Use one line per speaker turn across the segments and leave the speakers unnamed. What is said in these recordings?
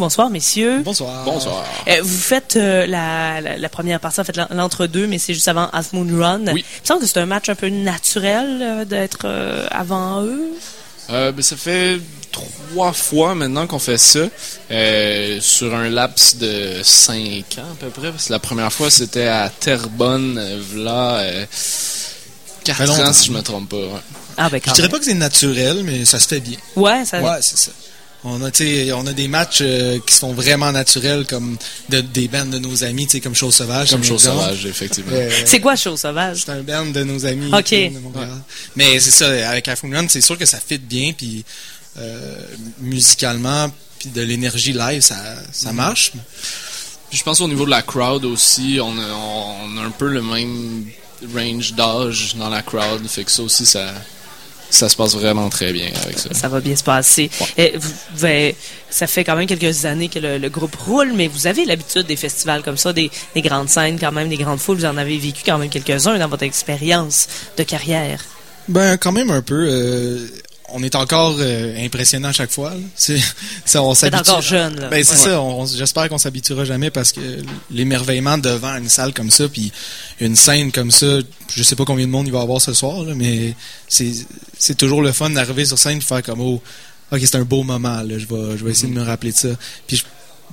Bonsoir messieurs.
Bonsoir.
Bonsoir.
Euh, vous faites euh, la, la, la première partie, en fait l'en- l'entre-deux, mais c'est juste avant Half Moon Run.
Oui.
Il me semble que c'est un match un peu naturel euh, d'être euh, avant eux.
Euh, ben, ça fait trois fois maintenant qu'on fait ça euh, sur un laps de cinq ans à peu près. Parce que la première fois, c'était à Terrebonne, euh, v'là euh, quatre
Fait longtemps.
ans, si je me trompe pas. ouais.
Ah ben
Je
quand
dirais
même.
pas que c'est naturel, mais ça se fait bien.
Ouais, ça...
Ouais, c'est ça. On a, tu sais, on a des matchs euh, qui sont vraiment naturels, comme de- des bands de nos amis, tu sais, comme Chose Sauvage.
Comme
un
chose
exemple.
sauvage, effectivement.
Euh,
C'est quoi chose sauvage?
c'est un band de nos amis.
Ok.
qui viennent de Montréal. Mais c'est ça, avec Half Moon Run, c'est sûr que ça fit bien, puis euh, musicalement, puis de l'énergie live, ça,
Mm.
ça marche.
Puis je pense au niveau de la crowd aussi, on a, on a un peu le même range d'âge dans la crowd. Fait que ça aussi, ça, ça se passe vraiment très bien avec ça.
Ça va bien se passer. Eh, vous- ben, ça fait quand même quelques années que le, le groupe roule, mais vous avez l'habitude des festivals comme ça, des, des grandes scènes quand même, des grandes foules. Vous en avez vécu quand même quelques-uns dans votre expérience de carrière.
Ben, quand même un peu. euh, on est encore euh, impressionné à chaque fois. là. C'est, ça, on s'habitue.
encore jeune, là.
Ben, c'est
Ouais.
ça. on- on- j'espère qu'on s'habituera jamais parce que l'émerveillement devant une salle comme ça, puis une scène comme ça, je sais pas combien de monde il va y avoir ce soir, là, mais c'est, c'est toujours le fun d'arriver sur scène et faire comme oh, ok, c'est un beau moment. Là, je vais, je vais essayer de me rappeler de ça. Puis je-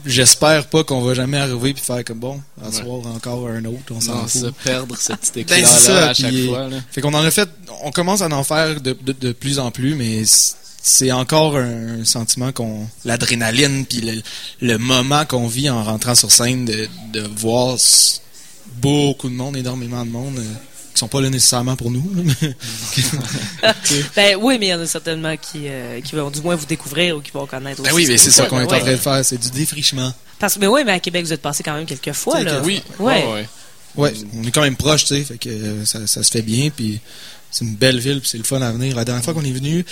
j'espère pas qu'on va jamais arriver puis faire comme bon, à ce
Ouais.
soir encore un autre. On s'en
Non,
fout.
se perdre cette petite
Ben,
éclat-là
c'est ça,
à chaque
puis-
fois. là.
Fait qu'on en a fait, on commence à en faire de, de, de plus en plus, mais c- c'est encore un sentiment qu'on, l'adrénaline, puis le, le moment qu'on vit en rentrant sur scène, de, de voir s- beaucoup de monde, énormément de monde, euh, qui sont pas là nécessairement pour nous. là,
Ben oui, mais il y en a certainement qui, euh, qui vont du moins vous découvrir ou qui vont connaître aussi.
Ben oui, mais c'est ça qu'on est en
Ouais.
train de faire, c'est du défrichement.
Parce que, mais oui, mais à Québec, vous êtes passé quand même quelques fois,
euh,
là.
Oui,
Ouais.
ouais, ouais.
Ouais, on est quand même proche, tu sais, fait que euh, ça, ça se fait bien, puis c'est une belle ville, puis c'est le fun à venir. La dernière fois qu'on est venu,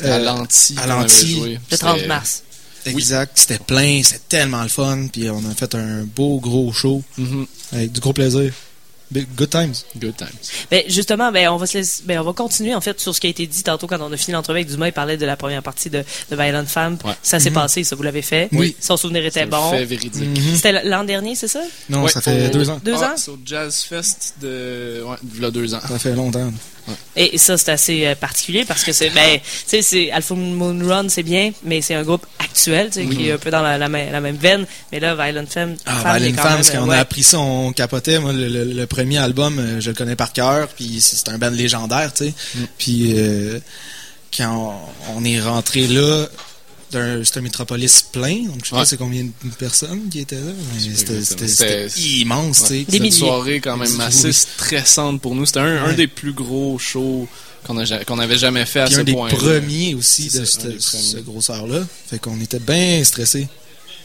à
euh,
l'anti.
à
qu'on avait
l'anti,
joué.
Le
C'était-
30 mars.
Exact, c'était plein, c'était tellement le fun, puis on a fait un beau gros show
Mhm.
avec du gros plaisir. Big- Good times.
Good times.
Ben, justement, ben, on va se laisser- ben, on va continuer, en fait, sur ce qui a été dit tantôt quand on a fini l'entrevue avec Dumas. Il parlait de la première partie de, de Violent Femme.
Ouais.
Ça s'est passé, ça. Vous l'avez fait.
Mhm. Oui.
Son souvenir était
C'est
bon.
Fait véridique.
C'était l'an dernier, c'est ça?
Mhm. Non,
Ouais,
ça fait
au-
deux ans.
Deux
Ah,
ans?
C'est au Jazz Fest de. Ouais, il y a deux ans.
Ça fait longtemps.
Et ça, c'est assez euh, particulier parce que c'est, ben, tu sais, c'est Alpha Moon Run, c'est bien, mais c'est un groupe actuel, tu sais, qui est un peu dans la, la, même- la même veine. Mais là, Violent Femme.
Mhm. Ah,
Femme, il est
Violent
quand
Femmes,
même,
quand on
ouais.
a appris ça, on capotait. Moi, le, le- le premier album, euh, je le connais par cœur, puis c'est c'est un band légendaire, tu sais. Puis euh, quand on, on est rentré là, d'un- c'était un métropolis plein, donc je sais pas
Ouais.
c'est combien de personnes qui étaient là, mais c'était- c'était
exactement.
c'était
C'était-
immense, tu sais.
Des
C'était une
milliers.
soirée quand même assez stressante pour nous. C'était un, un
Ouais.
des plus gros shows qu'on a ja- qu'on avait jamais fait à
Puis
ce
un des
point.
premiers aussi
C'est
de
ça, un des
cette,
premiers.
ce grosseur-là. Fait qu'on était bien stressés.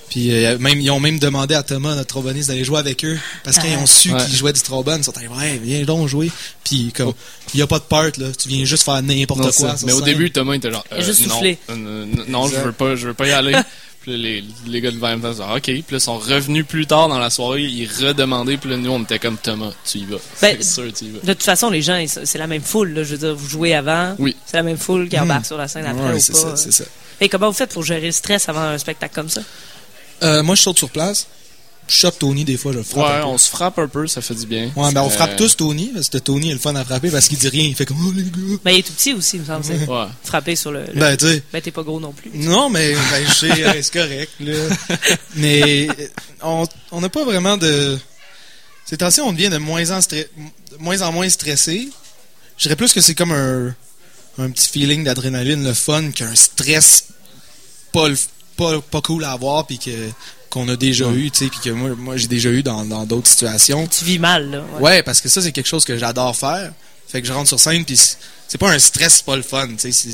Puis euh, même, ils ont même demandé à Thomas, notre tromboniste, d'aller jouer avec eux. Parce qu'ils ont su
Ouais.
qu'ils jouaient du trombone. Ils sont allés, ouais, viens donc jouer. Puis comme, il n'y a pas de part, là. Tu viens juste faire n'importe
Oh. Non,
quoi.
ça.
sur
Mais au
scène.
début, Thomas était genre. euh,
Juste
non,
souffler.
euh, euh, non, je veux pas, je veux pas y aller. Puis là, les, les gars de Violent Femmes, ah, ok. Puis là, ils sont revenus plus tard dans la soirée, ils redemandaient. Puis là, nous, on était comme Thomas, tu y vas.
Ben,
C'est sûr, tu y vas.
De toute façon, les gens, ils- c'est la même foule. Là. Je veux dire, vous jouez avant,
Oui.
c'est la même foule qui embarque sur la scène après
Mhm. Ouais,
ou
c'est
pas. hein.
ça, c'est ça.
Et comment vous faites pour gérer le stress avant un spectacle comme ça?
Euh, moi, je saute sur place. Je chope Tony des fois, je le frappe. un
Ouais,
peu.
on se frappe un peu, ça fait du bien.
Ouais, ben on frappe
Euh,
tous Tony, parce que Tony est le fun à frapper parce qu'il dit rien. Il fait comme, oh les gars.
Ben, il est tout petit aussi, il me semble. c'est-
Ouais.
Frapper sur le. le- Ben,
Mhm. Ben, tu sais.
t'es pas gros non plus.
Non, mais ben, je sais, euh, c'est correct. Là. Mais euh, on on n'a pas vraiment de... Ces temps-ci, on devient de moins en, stre- de moins, en moins stressé. Je dirais plus que c'est comme un, un petit feeling d'adrénaline, le fun, qu'un stress pas, le- pas, pas cool à avoir, puis que qu'on a déjà eu, tu sais, puis que moi, moi j'ai déjà eu dans dans d'autres situations.
Tu vis mal, là.
Ouais. parce que ça, c'est quelque chose que j'adore faire. Fait que je rentre sur scène, puis c'est- c'est pas un stress, c'est pas le fun, tu sais. c'est-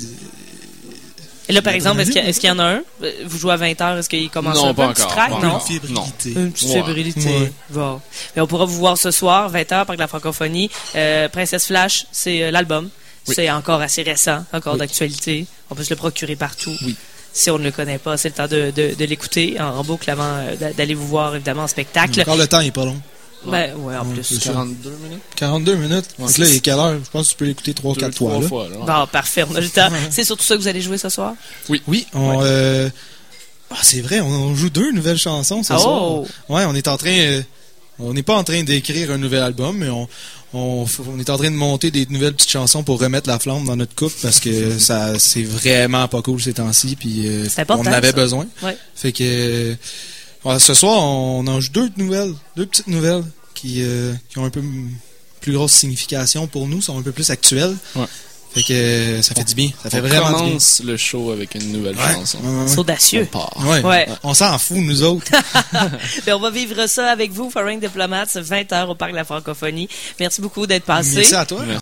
Et là, par exemple, est-ce qu'il y, a- est-ce qu'il y en a un? Euh, Vous jouez à 20h, est-ce qu'il commence
Non,
un peu
pas
un petit
encore,
track?
pas
non?
encore.
Fébrilité.
Une petite
Ouais.
fébrilité.
Ouais.
Bon. Mais on pourra vous voir ce soir, 20h, Parc de la Francophonie. Euh, Princesse Flash, c'est euh, l'album.
Oui.
C'est encore assez récent, encore
Oui.
d'actualité. On peut se le procurer partout.
Oui.
Si on ne le connaît pas, c'est le temps de, de- de l'écouter en, en boucle avant euh, d'a- d'aller vous voir, évidemment, en spectacle.
Encore le temps, il est pas long.
Ben, ouais, en
Ouais,
plus.
c'est ça.
42 minutes?
42 minutes. Parce que là, il est quelle heure? Je pense que tu peux l'écouter 3-4 fois.
Deux, trois
là.
fois, là.
Bon, parfait, on a le temps. C'est surtout ça que vous allez jouer ce soir?
Oui, on, euh, Ah, c'est vrai, on, on joue deux nouvelles chansons ce soir.
Oh!
Ouais, on est en train. euh, on n'est pas en train d'écrire un nouvel album, mais on, on, f- on est en train de monter des nouvelles petites chansons pour remettre la flamme dans notre couple parce que ça c'est vraiment pas cool ces temps-ci. Puis euh,
C'est
on
important,
en avait
ça.
besoin.
Ouais.
Fait que euh, ouais, ce soir, on en joue deux nouvelles, deux petites nouvelles qui, euh, qui ont un peu m- plus grosse signification pour nous, sont un peu plus actuelles.
Ouais.
Fait que euh, ça fait du bien. Ça fait
on
vraiment du bien.
commence le show avec une nouvelle
Ouais.
chanson.
Ouais, ouais,
C'est
On
audacieux.
part.
ouais. Ouais.
Ouais.
On s'en fout, nous autres.
Ben, on va
Ah,
vivre ça avec vous, Foreign Diplomats, 20h au Parc de la Francophonie. Merci beaucoup d'être passé.
Merci à toi.
Merci.